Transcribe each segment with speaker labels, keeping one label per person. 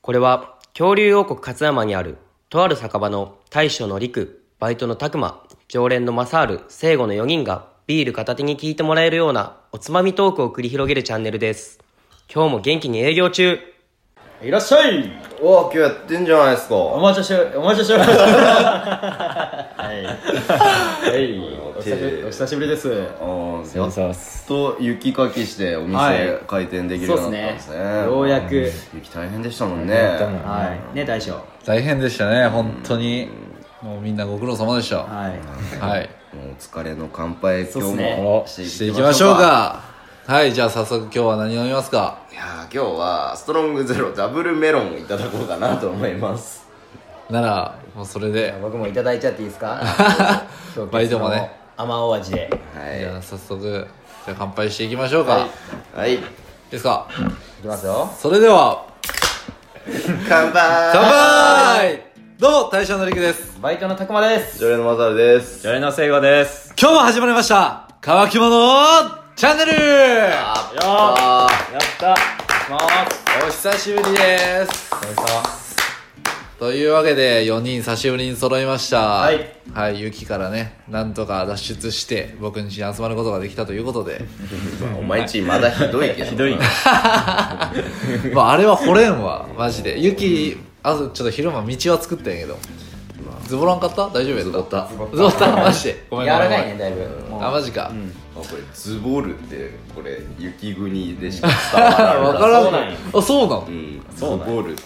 Speaker 1: これは恐竜王国勝山にあるとある酒場の大将の陸、バイトの拓磨、常連の正ル、聖護の4人がビール片手に聞いてもらえるようなおつまみトークを繰り広げるチャンネルです。今日も元気に営業中
Speaker 2: いらっしゃい
Speaker 3: おお今日やってんじゃないですか
Speaker 2: お待たせお待たせし ましたはい、はい、お久しぶりお久しぶりです
Speaker 3: うんやっと雪かきしてお
Speaker 2: はい
Speaker 3: 店開店できる
Speaker 2: そ
Speaker 3: よ
Speaker 2: う
Speaker 3: う
Speaker 2: です
Speaker 3: になったん
Speaker 2: ね
Speaker 3: ですね
Speaker 2: ようやく、
Speaker 3: 雪大変でしたもんね
Speaker 2: はいね大将
Speaker 4: 大変でしたね本当にもうみんなご苦労様でしたは
Speaker 2: はい
Speaker 4: い、
Speaker 3: もうお疲れの乾杯
Speaker 2: そうっ
Speaker 3: 今
Speaker 2: す
Speaker 3: 日
Speaker 2: ね
Speaker 3: も
Speaker 4: していきましょうかはいじゃあ早速今日は何飲みますか
Speaker 3: いやー今日はストロングゼロダブルメロンをいただこうかなと思います
Speaker 4: ならもうそれで
Speaker 2: 僕もいただいちゃっていいです か
Speaker 4: バイトもね
Speaker 2: 甘お味で
Speaker 3: はい
Speaker 4: じゃあ早速じゃあ乾杯していきましょうか、い、
Speaker 3: はい
Speaker 4: いですか
Speaker 2: いきますよ
Speaker 4: それでは
Speaker 3: 乾
Speaker 4: 乾
Speaker 3: 杯
Speaker 4: 杯どうも大将のりくです
Speaker 2: バイトのたくまです
Speaker 3: 常連のマサルです
Speaker 2: れのせいごです
Speaker 4: 今日も始まりました乾き物チャンネル
Speaker 3: ああ
Speaker 2: やったま
Speaker 4: お久しぶりです
Speaker 2: すおいしそう、
Speaker 4: というわけで4人久しぶりに揃いましたはいはい、雪からねなんとか脱出して僕ん家に集まることができたということで
Speaker 3: ーお前ちまだひどいけどひどい
Speaker 4: まああれは掘れんわマジで雪あとちょっと昼間道は作ったんやけどズボラン買った大丈夫やったズボったズボったマジでごめんご
Speaker 2: や
Speaker 4: めん
Speaker 2: らないね
Speaker 4: ごめん
Speaker 2: だいぶも
Speaker 4: あマジか、
Speaker 3: あこれズボルってこれ雪国でしか伝わら
Speaker 4: あ
Speaker 3: ない
Speaker 4: 分からん
Speaker 2: そうなんや
Speaker 4: あそうなの、
Speaker 3: う
Speaker 4: へ
Speaker 3: んズボルって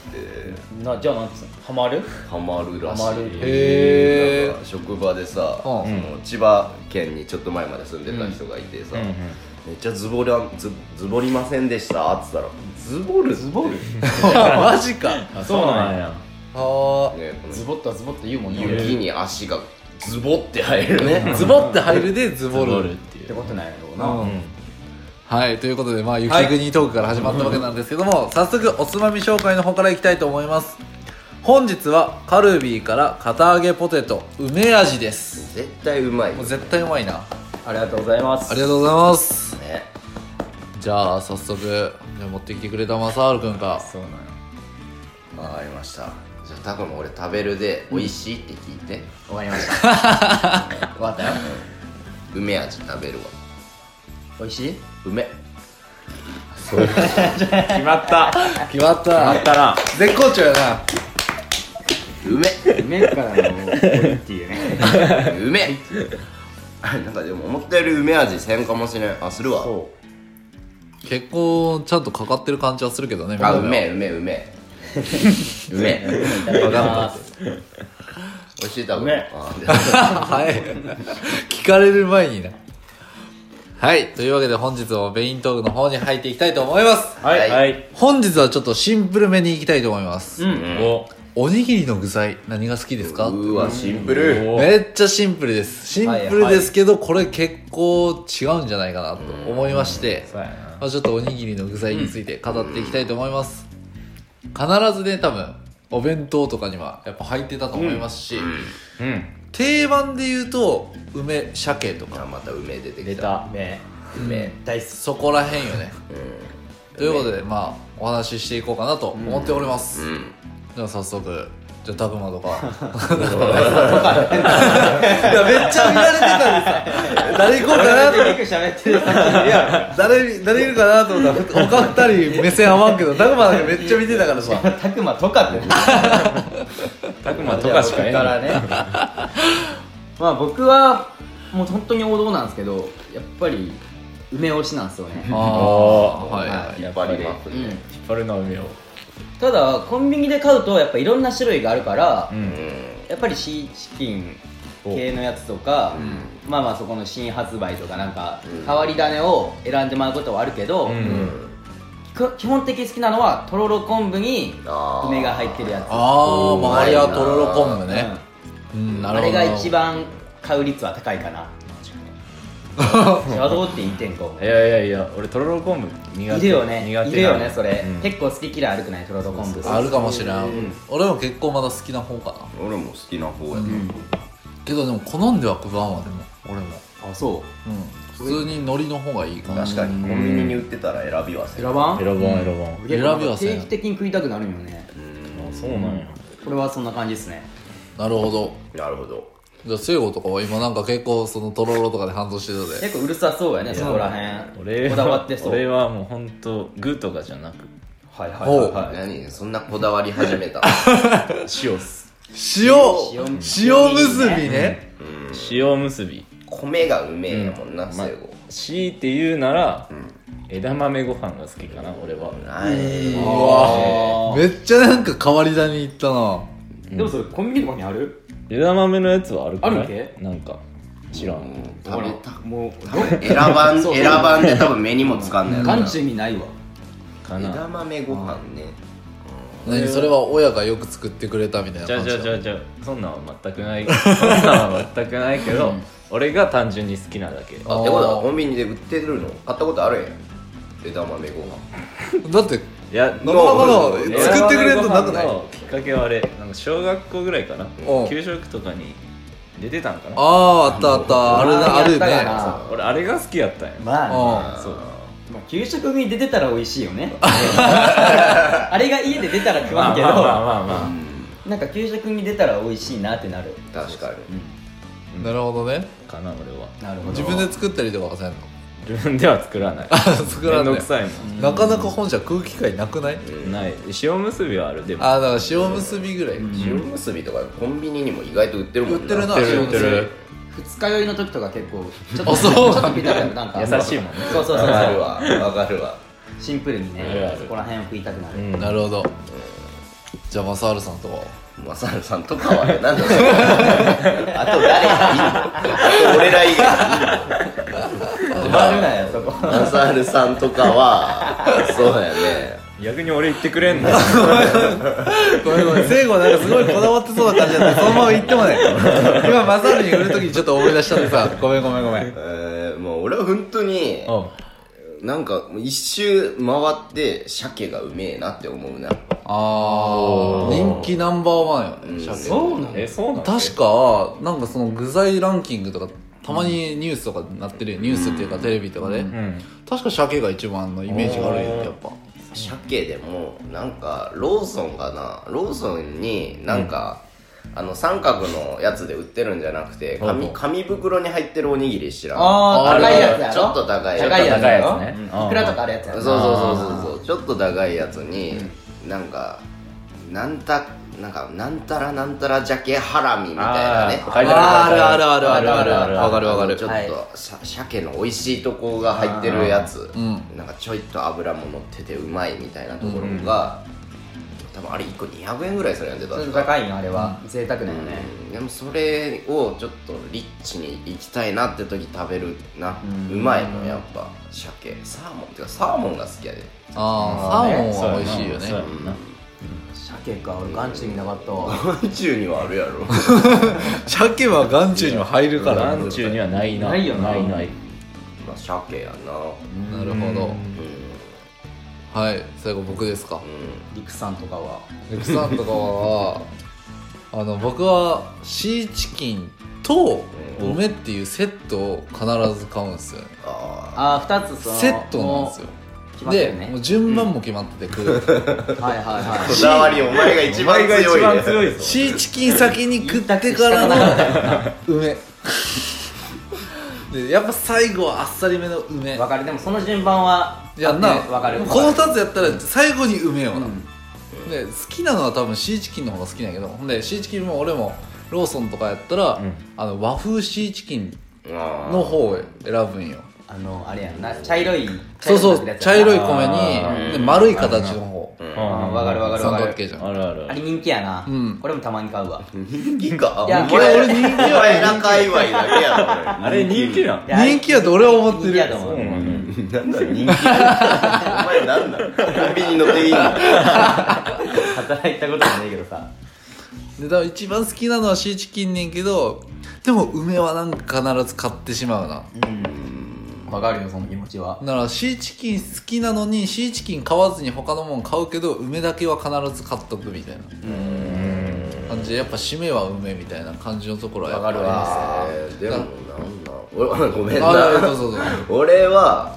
Speaker 2: うなじゃあなんつうのハマる
Speaker 3: ハマるらしい
Speaker 2: ハマる
Speaker 4: へー
Speaker 3: なんか職場でさ、
Speaker 4: うん
Speaker 3: その千葉県にちょっと前まで住んでた人がいてさ、めっちゃズボラズズボりませんでしたっつったらズボるズボる、ね、
Speaker 4: マジか
Speaker 2: そうなんや
Speaker 4: あ
Speaker 3: この
Speaker 2: ズボッとはズボッと言うもんね
Speaker 3: 雪に足がズボって入るね
Speaker 4: ーズボって入るでズボる
Speaker 3: ってい
Speaker 2: ってことなんやろうな、
Speaker 4: うんはいということで、まあ、雪国トークから始まったわけなんですけども、早速おつまみ紹介の方からいきたいと思います本日はカルビーから片揚げポテト梅味です
Speaker 3: 絶対うまい
Speaker 4: もう絶対うまいな
Speaker 2: ありがとうございます
Speaker 4: ありがとうございます
Speaker 3: ね
Speaker 4: じゃあ早速じゃあ持ってきてくれたマサールくんか
Speaker 2: そうなんや
Speaker 3: わかりましたじゃあタコも俺食べるで美味しいって聞いて、
Speaker 2: わかりました。 わかったよ。
Speaker 3: 梅味食べるわ
Speaker 2: 美味しい。
Speaker 3: 梅
Speaker 5: 決まった
Speaker 4: 決まった
Speaker 5: あったな
Speaker 4: 絶好調やな
Speaker 3: 梅
Speaker 2: 麺からのっていうね。
Speaker 3: 梅 あなんかでも思ったより梅味せんかもしれんあするわ
Speaker 4: 結構ちゃんとかかってる感じはするけどね
Speaker 3: あう
Speaker 4: 見た目は
Speaker 3: めえうめえうめえうめえ
Speaker 2: いただきます。
Speaker 3: 美味しい多分
Speaker 2: うめえ
Speaker 3: あで
Speaker 4: はい。聞かれる前にな。はい。というわけで本日もメイントークの方に入っていきたいと思います。
Speaker 5: はいいはい
Speaker 4: 本日はちょっとシンプルめにいきたいと思います。
Speaker 5: お
Speaker 4: おにぎりの具材、何が好きです か
Speaker 3: うわシンプル
Speaker 5: お
Speaker 4: めっちゃシンプルです。シンプルですけど、これ結構違うんじゃないかなと思いまして、
Speaker 5: そうやな
Speaker 4: まあ、ちょっとおにぎりの具材について語っていきたいと思います。必ずね、多分、お弁当とかにはやっぱ入ってたと思いますし、
Speaker 5: うん
Speaker 4: 定番で言うと、梅、鮭とか
Speaker 3: あ、また梅出て
Speaker 2: 出
Speaker 3: きた
Speaker 2: た。麺。
Speaker 3: 梅
Speaker 2: 大好き。
Speaker 4: そこらへんよね、ということでまあお話ししていこうかなと思っております、じゃあ早速じゃあ拓磨 とかいやめっちゃ見られてたんでさ誰行こうかなと
Speaker 2: く喋ってる。
Speaker 4: 誰誰いるかなと思ったら他二人目線合わんけど拓磨だけめっちゃ見てたからさ
Speaker 2: たくまとかって。
Speaker 5: たくまとかしかええ
Speaker 2: からね。まあ、僕は。もう本当に王道なんですけど、やっぱり。梅推しなんですよね。
Speaker 4: あ
Speaker 5: あ
Speaker 4: あ
Speaker 5: あ
Speaker 4: はい
Speaker 2: は
Speaker 4: はい
Speaker 3: 引っ張ります
Speaker 2: うん
Speaker 3: ね
Speaker 5: 引っ張るのは梅を
Speaker 2: ただコンビニで買うとやっぱいろんな種類があるから、
Speaker 5: うん
Speaker 2: やっぱりシーチキン系のやつとか、まあまあそこの新発売とかなんか
Speaker 3: ん
Speaker 2: 変わり種を選んでもらうことはあるけど、き基本的に好きなのはとろろ昆布に
Speaker 3: あー
Speaker 2: 梅が入ってるやつ
Speaker 4: ああ周りはとろろ昆布
Speaker 2: うん
Speaker 4: ねうんな
Speaker 2: あ
Speaker 4: るほ
Speaker 2: れ
Speaker 4: ど
Speaker 2: が一番買う率は高いかな 邪道って
Speaker 5: い
Speaker 2: 1.5
Speaker 5: やいやいや俺とろろ昆布苦手
Speaker 2: いるよね
Speaker 5: 苦手なの
Speaker 2: いるよねそれ、
Speaker 5: うん
Speaker 2: 結構好き嫌いあるくないとろろ昆布
Speaker 4: あるかもしれん、俺も結構まだ好きな方かな
Speaker 3: 俺も好きな方やな
Speaker 4: けどでも好んでは食わんわでも俺も
Speaker 2: あそ
Speaker 4: うん普通に海苔の方がいいかな
Speaker 3: 確かにコンビニに売ってたら選びはせん
Speaker 2: 選ばん
Speaker 5: 選ばん選ばん
Speaker 4: 選びはせ
Speaker 2: 定
Speaker 4: ん
Speaker 2: 期的に食いたくなるんよね
Speaker 3: うん
Speaker 5: そうなんや
Speaker 2: これはそんな感じですね
Speaker 4: なるほど
Speaker 3: なるほど
Speaker 4: じゃあ聖子とかは今なんか結構そのとろろとかで反応してたで
Speaker 2: 結構うるさそうやねそこらへん
Speaker 5: 俺
Speaker 2: こだわって
Speaker 5: は
Speaker 2: そう
Speaker 5: 俺はもう本当グーとかじゃなく
Speaker 2: はいはいはいはい
Speaker 3: 何そんなこだわり始めた
Speaker 5: 塩っす
Speaker 4: 塩
Speaker 2: 塩結び
Speaker 4: 塩結びね
Speaker 5: 塩結び
Speaker 3: 米がうめえやもんな
Speaker 5: ま
Speaker 3: 最後
Speaker 5: 強いて言うなら枝豆ご飯が好きかな俺は
Speaker 3: はい
Speaker 4: めっちゃなんか変わり種いったな
Speaker 2: でもそれコンビニとかにある
Speaker 5: 枝豆のやつはあるか
Speaker 2: あ
Speaker 5: ら
Speaker 2: るけ
Speaker 5: なんか知らん
Speaker 3: 食べた
Speaker 2: もう
Speaker 3: 選ばん選ばんで多分目にもつかんないやろ
Speaker 2: 眼
Speaker 3: な
Speaker 2: 中にないわ
Speaker 5: か
Speaker 3: 枝
Speaker 5: な
Speaker 3: 豆ご飯ね
Speaker 4: 何それは親がよく作ってくれたみたいな
Speaker 5: じゃあ
Speaker 4: 感
Speaker 5: じ
Speaker 4: じ
Speaker 5: ゃあじゃあじゃあそんなんは全くないそんなんは全くないけど俺が単純に好きな
Speaker 3: あ
Speaker 5: だけ
Speaker 3: ってことはコンビニで売ってるの買ったことあるやん枝豆ご飯
Speaker 4: だって
Speaker 5: いや
Speaker 4: なか
Speaker 3: え
Speaker 4: なか作ってくれるとなくない
Speaker 5: 枝豆ご飯のきっかけはあれなんか小学校ぐらいかな
Speaker 4: おう
Speaker 5: 給食とかに出てたんかな
Speaker 4: あああったあったあるなある
Speaker 2: やったか
Speaker 4: ね
Speaker 2: な
Speaker 5: 俺あれが好きやったんや
Speaker 2: まあね、
Speaker 4: う
Speaker 5: そう
Speaker 2: まあ給食に出てたら美味しいよねあれが家で出たら食わんけど、
Speaker 5: まあまあまあまあまあ
Speaker 2: なんか給食に出たら美味しいなってなる
Speaker 3: 確かに
Speaker 4: んなるほどね
Speaker 5: かな俺は
Speaker 2: なるほど
Speaker 4: 自分で作ったりとかはせんの
Speaker 5: 自分では作らない
Speaker 4: 作ら
Speaker 5: め
Speaker 4: なんい
Speaker 5: どくさいも
Speaker 4: なかなか本社食う機会なくない
Speaker 5: んない塩結びはあるでも
Speaker 4: ああだから塩結びぐらい
Speaker 3: 塩結びとかコンビニにも意外と売ってるも
Speaker 4: 売
Speaker 3: ん
Speaker 4: ってるな
Speaker 5: 売ってる
Speaker 4: 塩結び
Speaker 5: 売ってる
Speaker 2: 二日酔いの時とか結構ちょっ
Speaker 4: あ
Speaker 2: と
Speaker 4: そう
Speaker 2: ちょっとピタリなんか
Speaker 5: 優しいもんね
Speaker 2: そうそうそうそ
Speaker 3: わかる
Speaker 2: う
Speaker 3: わわかるわ
Speaker 2: シンプルにねそこら辺を食いたくなる、
Speaker 5: うん
Speaker 4: なるほどじゃあ正治さんとかは
Speaker 3: マサルさんとかはねなんだそれ あと誰がいいのあと俺ら以外
Speaker 2: 困るなよそこ
Speaker 3: マサルさんとかはそうだよね
Speaker 5: 逆に俺言ってくれんの
Speaker 4: ごめんごめん聖子なんかすごいこだわってそうな感じだったそのまま言ってもね今正治に売る時にちょっと思い出したんでさごめんごめんごめん
Speaker 3: えー、もう俺は本当に
Speaker 4: うん
Speaker 3: なんか一周回って鮭がうめえなって思うな
Speaker 4: ああ人気ナンバーワンよね、
Speaker 3: うん
Speaker 4: 鮭
Speaker 2: そうなの
Speaker 5: えそうなの
Speaker 4: 確かなんかその具材ランキングとかたまにニュースとかになってるよニュースっていうかテレビとかで、
Speaker 5: うん
Speaker 4: 確か鮭が一番のイメージがあるよねやっぱ
Speaker 3: 鮭でもなんかローソンがなローソンになんか、あの三角のやつで売ってるんじゃなくて紙紙袋に入ってるおにぎり知らん
Speaker 2: ああ
Speaker 4: ある
Speaker 2: 高いやつやろ
Speaker 3: ちょっと高い
Speaker 2: 高いやつやろ
Speaker 5: 高いやつね
Speaker 2: うんいくらとかあるやつや
Speaker 3: そ
Speaker 2: ろ
Speaker 3: うそうそうそうそうちょっと高いやつに、なんかなんたなんかなんたらなんたら鮭ハラミみたいなね
Speaker 5: あー書いてある
Speaker 4: あるあるあるあるあるわかるわか
Speaker 3: ちょ
Speaker 4: る
Speaker 3: っと、
Speaker 2: はい
Speaker 3: さ鮭の美味しいとこが入ってるやつ、
Speaker 4: うん
Speaker 3: なんかちょいと油も乗っててうまいみたいなところが、多分あれ1個200円ぐらいそれやんでた
Speaker 2: ちょっと
Speaker 3: か
Speaker 2: 高いよあれは贅沢だよね
Speaker 3: うんでもそれをちょっとリッチに行きたいなって時食べるなうまいのやっぱ鮭サーモンってかサーモンが好きやで
Speaker 4: ああサーモンは美味しいよね
Speaker 5: そうやんな
Speaker 2: 鮭か俺眼中になかったわ
Speaker 3: 眼中にはあるや ろ
Speaker 4: 鮭は眼中にも入るか
Speaker 5: そうやん
Speaker 4: ら
Speaker 5: な眼中にはないな
Speaker 2: ないよな
Speaker 5: ないない
Speaker 3: まあ鮭やな
Speaker 4: なるほどはい最後僕ですか
Speaker 2: 陸さんとかは
Speaker 4: レクさんとかはあの僕はシーチキンと
Speaker 3: うん
Speaker 4: 梅っていうセットを必ず買うんですよね
Speaker 3: あ
Speaker 2: ああ二つその
Speaker 4: セットなんですよ
Speaker 2: 決まって
Speaker 4: で
Speaker 2: るね
Speaker 4: もう順番も決まっててくる、
Speaker 2: はいはいは
Speaker 3: あこだわりお前が一番強い
Speaker 5: お前が一番強いぞ
Speaker 4: シーチキン先に食ってからの梅でやっぱ最後はあっさりめの梅
Speaker 2: いわかるでもその順番は
Speaker 4: やんな
Speaker 2: ねわかる
Speaker 4: この2つやったら最後に梅よな、
Speaker 2: ん
Speaker 4: で好きなのは多分シーチキンの方が好きなんやけどほんでシーチキンも俺もローソンとかやったら、
Speaker 5: ん
Speaker 4: あの和風シーチキン
Speaker 3: あ
Speaker 4: の方を選ぶんよ
Speaker 2: あのあれやんな茶色い
Speaker 4: そうそう茶色い
Speaker 2: わ
Speaker 4: 米にで丸い形の方
Speaker 3: うん
Speaker 5: うん
Speaker 2: かるわかる
Speaker 4: 三
Speaker 2: わか
Speaker 4: 角
Speaker 2: る
Speaker 4: 形じゃん
Speaker 5: あるある
Speaker 2: あれ人気やな
Speaker 4: うん
Speaker 2: これもたまに買うわ
Speaker 3: 人気か
Speaker 2: いや
Speaker 3: お前
Speaker 2: 俺
Speaker 3: 人気は俺ら界隈だけやろ
Speaker 5: あれ人気なん
Speaker 2: いや
Speaker 4: 人気やと俺は思って
Speaker 2: 人
Speaker 4: る
Speaker 2: 気やと思
Speaker 5: そう
Speaker 2: う
Speaker 5: なのよ
Speaker 3: なんだ人気お前なんだコンビニの店員だ
Speaker 2: 働いたこともないけどさ
Speaker 4: でだから一番好きなのはシーチキンねんけどでも梅はなんか必ず買ってしまうな
Speaker 2: わかるよその気持ちは
Speaker 4: だからシーチキン好きなのにシーチキン買わずに他のもん買うけど梅だけは必ず買っとくみたいな感じでやっぱ締めは梅みたいな感じのところはやっぱ
Speaker 2: わかるわ
Speaker 3: えーでもなんだ俺ごめん
Speaker 4: あ
Speaker 3: な
Speaker 4: あそうそうそう
Speaker 3: 俺は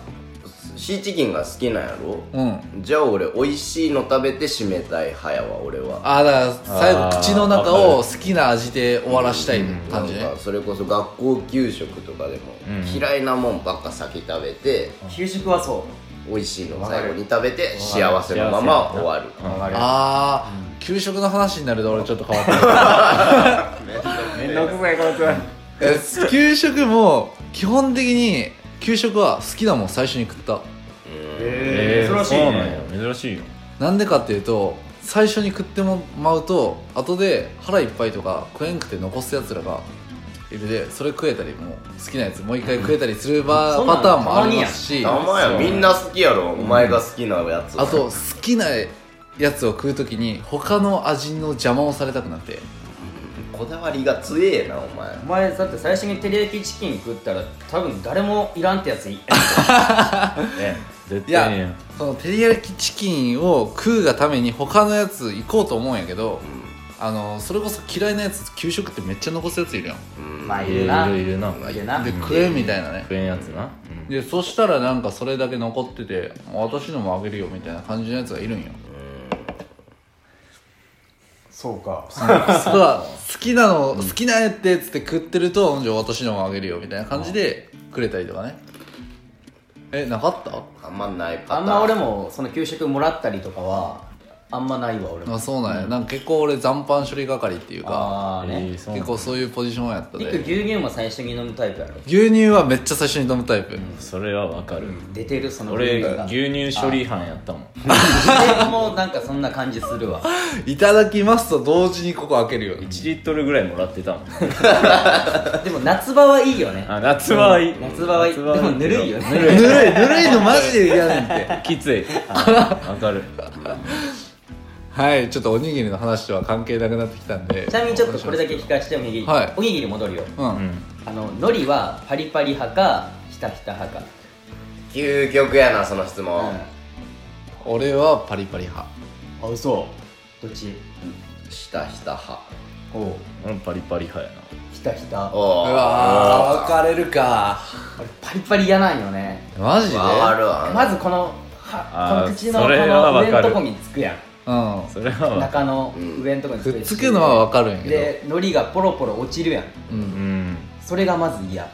Speaker 3: シーチキンが好きなんやろ
Speaker 4: うん
Speaker 3: じゃあ俺美味しいの食べて締めたい早は俺は
Speaker 4: ああだから最後
Speaker 5: あー
Speaker 4: 口の中を好きな味で終わらしたい
Speaker 3: な
Speaker 4: 感
Speaker 3: ん
Speaker 4: じね
Speaker 3: かそれこそ学校給食とかでも
Speaker 5: うん
Speaker 3: 嫌いなもんばっか先食べて
Speaker 2: 給食はそ
Speaker 3: 美味しいの最後に食べて幸せのまま終わる
Speaker 2: うわかる
Speaker 4: ああ給食の話になると俺ちょっと変わった
Speaker 5: めんどくさいこいつ
Speaker 4: え給食も基本的に給食は好きなもん最初に食った
Speaker 5: え
Speaker 2: え
Speaker 5: ー、
Speaker 2: 珍しい
Speaker 5: そうなん
Speaker 2: ね
Speaker 5: や珍しいよ
Speaker 4: なんでかっていうと最初に食ってもまうと後で腹いっぱいとか食えんくて残すやつらがいるでそれ食えたりも好きなやつもう一回食えたりする場
Speaker 2: そ
Speaker 4: 合
Speaker 2: んなん
Speaker 4: パターンもありますし
Speaker 3: たまやみんな好きやろお前が好きなやつ
Speaker 4: あと好きなやつを食う時に他の味の邪魔をされたくなって
Speaker 3: こだわりが強えなお前
Speaker 2: お前だって最初に照り焼きチキン食ったら多分誰もいらんってやつい
Speaker 5: ね絶
Speaker 4: いや
Speaker 5: 対にやん
Speaker 4: その照り焼きチキンを食うがために他のやつ行こうと思うんやけど、あのそれこそ嫌いなやつ給食ってめっちゃ残すやついるやん
Speaker 3: うん
Speaker 2: まあい
Speaker 5: い
Speaker 2: る
Speaker 5: る
Speaker 2: ない
Speaker 5: るいるな
Speaker 2: るな
Speaker 4: で食えみたいなね
Speaker 5: 食えんやつな
Speaker 4: でそしたらなんかそれだけ残ってて私のもあげるよみたいな感じのやつがいる んよ
Speaker 6: そうか
Speaker 4: それは好きなの好きなやってっつって食ってるとじゃあ私のもあげるよみたいな感じでくれたりとかねえなかった
Speaker 3: あんまないパタ
Speaker 2: あ
Speaker 3: ーン
Speaker 2: んま俺もその給食もらったりとかはあんまないわ俺も
Speaker 4: あそうなんや、なんか結構俺残飯処理係っていうか
Speaker 2: ああね
Speaker 5: えーそうなん
Speaker 4: 結構そういうポジションやった
Speaker 2: リク
Speaker 4: で
Speaker 2: 牛乳も最初に飲むタイプやろ
Speaker 4: 牛乳はめっちゃ最初に飲むタイプ、
Speaker 5: それはわかる
Speaker 2: 出てるその
Speaker 5: 俺
Speaker 2: 牛乳が
Speaker 5: 牛乳処理班やったもん
Speaker 2: でもなんかそんな感じするわ
Speaker 4: いただきますと同時にここ開けるように
Speaker 5: 1リットルぐらいもらってたもん
Speaker 2: でも夏場はいいよね
Speaker 5: あ夏場はいい
Speaker 2: 夏場はいいで
Speaker 5: けど
Speaker 2: もぬるいよ
Speaker 4: ぬ
Speaker 2: ね
Speaker 4: るいぬるいのマジで嫌ねん って
Speaker 5: きついあわかる
Speaker 4: はいちょっとおにぎりの話とは関係なくなってきたんで
Speaker 2: ちなみにちょっとこれだけ聞かせておにぎり、
Speaker 4: はい
Speaker 2: おにぎり戻るよ
Speaker 4: うん、
Speaker 2: あの海苔はパリパリ派かひたひた派か
Speaker 3: 究極やなその質問、
Speaker 4: 俺はパリパリ派
Speaker 2: あ嘘どっち
Speaker 3: ひたひた派
Speaker 2: おう
Speaker 5: うんパリパリ派やな
Speaker 2: ひたひた
Speaker 3: お
Speaker 2: あ
Speaker 4: う
Speaker 3: ー
Speaker 4: わー分かれるか
Speaker 2: れパリパリ嫌なんよね
Speaker 4: マジで
Speaker 3: わかるわ
Speaker 2: まずこのは
Speaker 5: あー
Speaker 2: この口のこ
Speaker 5: それは
Speaker 2: の
Speaker 5: わ
Speaker 2: 上の
Speaker 5: かる
Speaker 2: とこにつくやん
Speaker 4: う
Speaker 5: それはわ
Speaker 2: 中の
Speaker 3: うん
Speaker 2: 上のとこに
Speaker 4: ん
Speaker 2: つく
Speaker 4: くっ
Speaker 2: し
Speaker 4: つくのは分かるんやけ
Speaker 2: で海苔がポロポロ落ちるやん
Speaker 4: ど、う、
Speaker 5: うんん
Speaker 2: それがまず嫌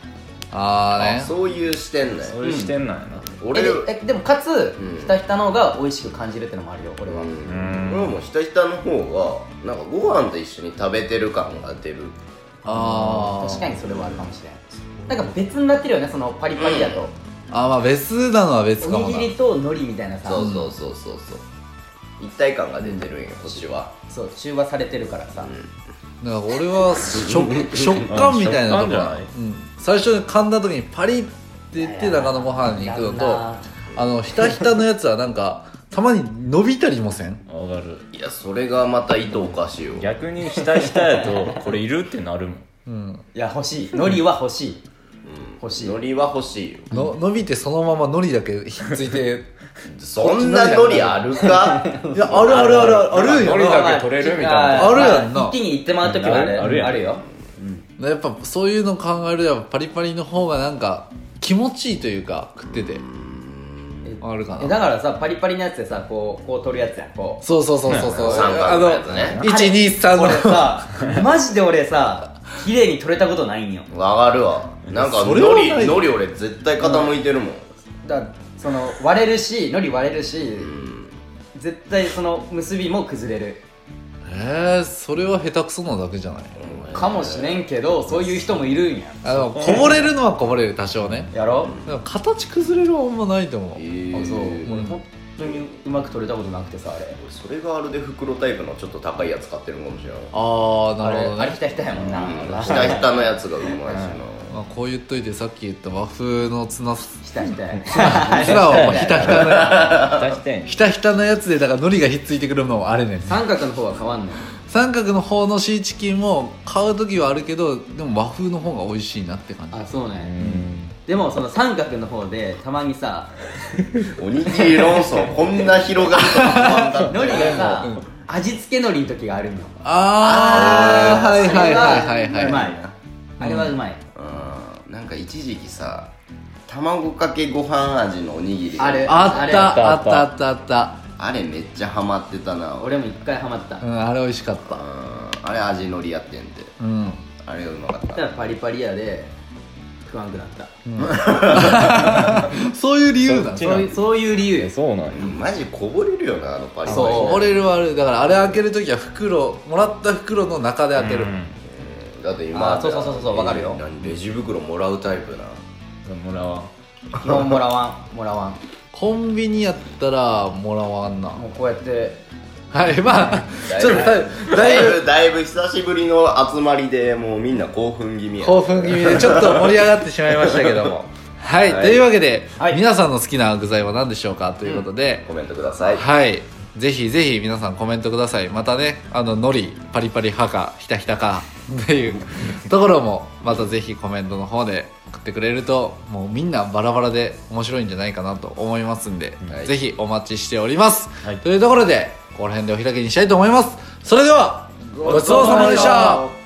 Speaker 4: あ
Speaker 3: あ
Speaker 4: あね
Speaker 3: そういう視点ね
Speaker 5: そういう視点なんや
Speaker 3: 俺
Speaker 2: えでえでもかつ、
Speaker 3: うん
Speaker 2: ひたひたの方が美味しく感じるってのもあるよ俺は、
Speaker 3: うん俺もひたひたの方がなんかご飯と一緒に食べてる感が出る
Speaker 4: あー
Speaker 2: 確かにそれはあるかもしれないなんか別になってるよねそのパリパリだと、
Speaker 4: あーまあ別なのは別か
Speaker 2: お
Speaker 4: も
Speaker 2: に
Speaker 4: な
Speaker 2: ぎりと海苔みたいなさ
Speaker 3: そうそうそうそうそう一体感が出てるんよこっちは
Speaker 2: そう中和されてるからさ、
Speaker 4: だから俺は 食食感みたいなとこ
Speaker 5: 食感じゃない
Speaker 4: うん、最初に噛んだ時にパリって言って中のご飯に行くのと
Speaker 2: な
Speaker 4: あのひたひたのやつはなんかたまに伸びたりもせん
Speaker 5: なわかる
Speaker 3: いやそれがまた意図おかしいよ
Speaker 5: 逆にひたひたやとこれいるってなるもん
Speaker 2: いや欲しい海苔は欲しい、欲しい
Speaker 3: 海苔は欲しいよ
Speaker 4: の伸びてそのまま海苔だけひっついて
Speaker 3: そんな海苔あるか
Speaker 4: いやあるあるあるあるあるんや
Speaker 5: 海苔
Speaker 4: な
Speaker 5: だけ取れるみたいな
Speaker 2: あ
Speaker 4: あるやんな
Speaker 2: まあ一気に行ってもらう時はね
Speaker 5: あるやん
Speaker 2: あるよ
Speaker 4: やっぱそういうの考えるとやっぱパリパリの方がなんか気持ちいいというか食っててあるか
Speaker 2: え
Speaker 4: な
Speaker 2: だからさパリパリのやつでさこうこう取るやつやんこう
Speaker 4: そうそうそうそうそう
Speaker 3: 三角のやつね
Speaker 4: あの123
Speaker 2: これ
Speaker 4: の
Speaker 2: さマジで俺さ綺麗に取れたことないんよ
Speaker 3: わかるわなんか
Speaker 4: そ
Speaker 3: 海
Speaker 4: れはない
Speaker 3: 苔海苔俺絶対傾いてるもん
Speaker 2: だからその割れるし海苔割れるし絶対その結びも崩れる
Speaker 4: えー、それは下手くそなだけじゃない
Speaker 2: かもしれんけどそういう人もいるんや
Speaker 4: あのこぼれるのはこぼれる多少ね
Speaker 2: やろ
Speaker 4: でも形崩れるはあんまないと思う
Speaker 2: あそう俺本当にうまく取れたことなくてさあれ
Speaker 3: それがあれで袋タイプのちょっと高いやつ買ってるかもしれない
Speaker 4: ああな
Speaker 2: あれ
Speaker 4: るほど
Speaker 2: あれ
Speaker 4: ね
Speaker 2: ひたひたやもんな
Speaker 3: ひたひたのやつがうまいし
Speaker 4: まあ、こう言っといてさっき言った和風のツナツ
Speaker 2: ひたひたや
Speaker 4: ナをひたひたのや
Speaker 5: ひたひたやん
Speaker 4: ひたひたのやつでだから海苔がひっついてくるのもあれね
Speaker 2: 三角の方は変わんない
Speaker 4: 三角の方のシーチキンも買う時はあるけどでも和風の方が美味しいなって感じ
Speaker 2: あそうねでもその三角の方でたまに さ
Speaker 3: のおにぎり論争こんな広がるとは思わんかっ た
Speaker 2: 海苔がさ味付け海苔の時があるんよ
Speaker 4: あーはいはいはいはいはいう
Speaker 2: まいあれはうまい
Speaker 3: うんなんか一時期さ卵かけご飯味のおにぎり
Speaker 2: あれ
Speaker 4: あっ
Speaker 5: れ
Speaker 4: たあ
Speaker 5: あ
Speaker 4: っ
Speaker 5: ったた
Speaker 4: あったあった
Speaker 3: あれめっちゃハマってたな俺
Speaker 2: 俺も一回ハマった
Speaker 4: うんあれ美味しかった
Speaker 3: うんあれ味のりやってんて
Speaker 4: うん
Speaker 3: あれうまかっ
Speaker 2: そしたたらパリパリやで食わんくなった
Speaker 4: そういう理由なん
Speaker 5: そ
Speaker 4: で
Speaker 5: っ
Speaker 4: す
Speaker 2: そういうそういう理由
Speaker 5: え
Speaker 2: です
Speaker 5: そうなんや
Speaker 3: マジこぼれるよなあのパリパリ
Speaker 4: そう俺はあれだからあれ開けるときは袋もらった袋の中で開ける、
Speaker 3: だって今
Speaker 2: あーそうそうそうそうわかるよ
Speaker 3: 何レジ袋もらうタイプな
Speaker 5: うんもらわん
Speaker 2: 基本もらわんもらわん
Speaker 4: コンビニやったらもらわんな
Speaker 2: もうこうやって
Speaker 4: はいまあ
Speaker 3: だいぶ
Speaker 4: ちょっとだいぶだいぶ
Speaker 3: だいぶ久しぶりの集まりでもうみんな興奮気味や
Speaker 4: 興奮気味でちょっと盛り上がってしまいましたけどもはい、
Speaker 3: はい
Speaker 4: というわけで、
Speaker 2: はい
Speaker 4: 皆さんの好きな具材は何でしょうかということで、
Speaker 3: コメントください
Speaker 4: はいぜひぜひ皆さんコメントくださいまたねあののりパリパリ派かひたひたかっていうところもまたぜひコメントの方で送ってくれるともうみんなバラバラで面白いんじゃないかなと思いますんで、
Speaker 3: はい
Speaker 4: ぜひお待ちしております、
Speaker 5: はい
Speaker 4: というところでここら辺でお開きにしたいと思いますそれではごちそうさまでした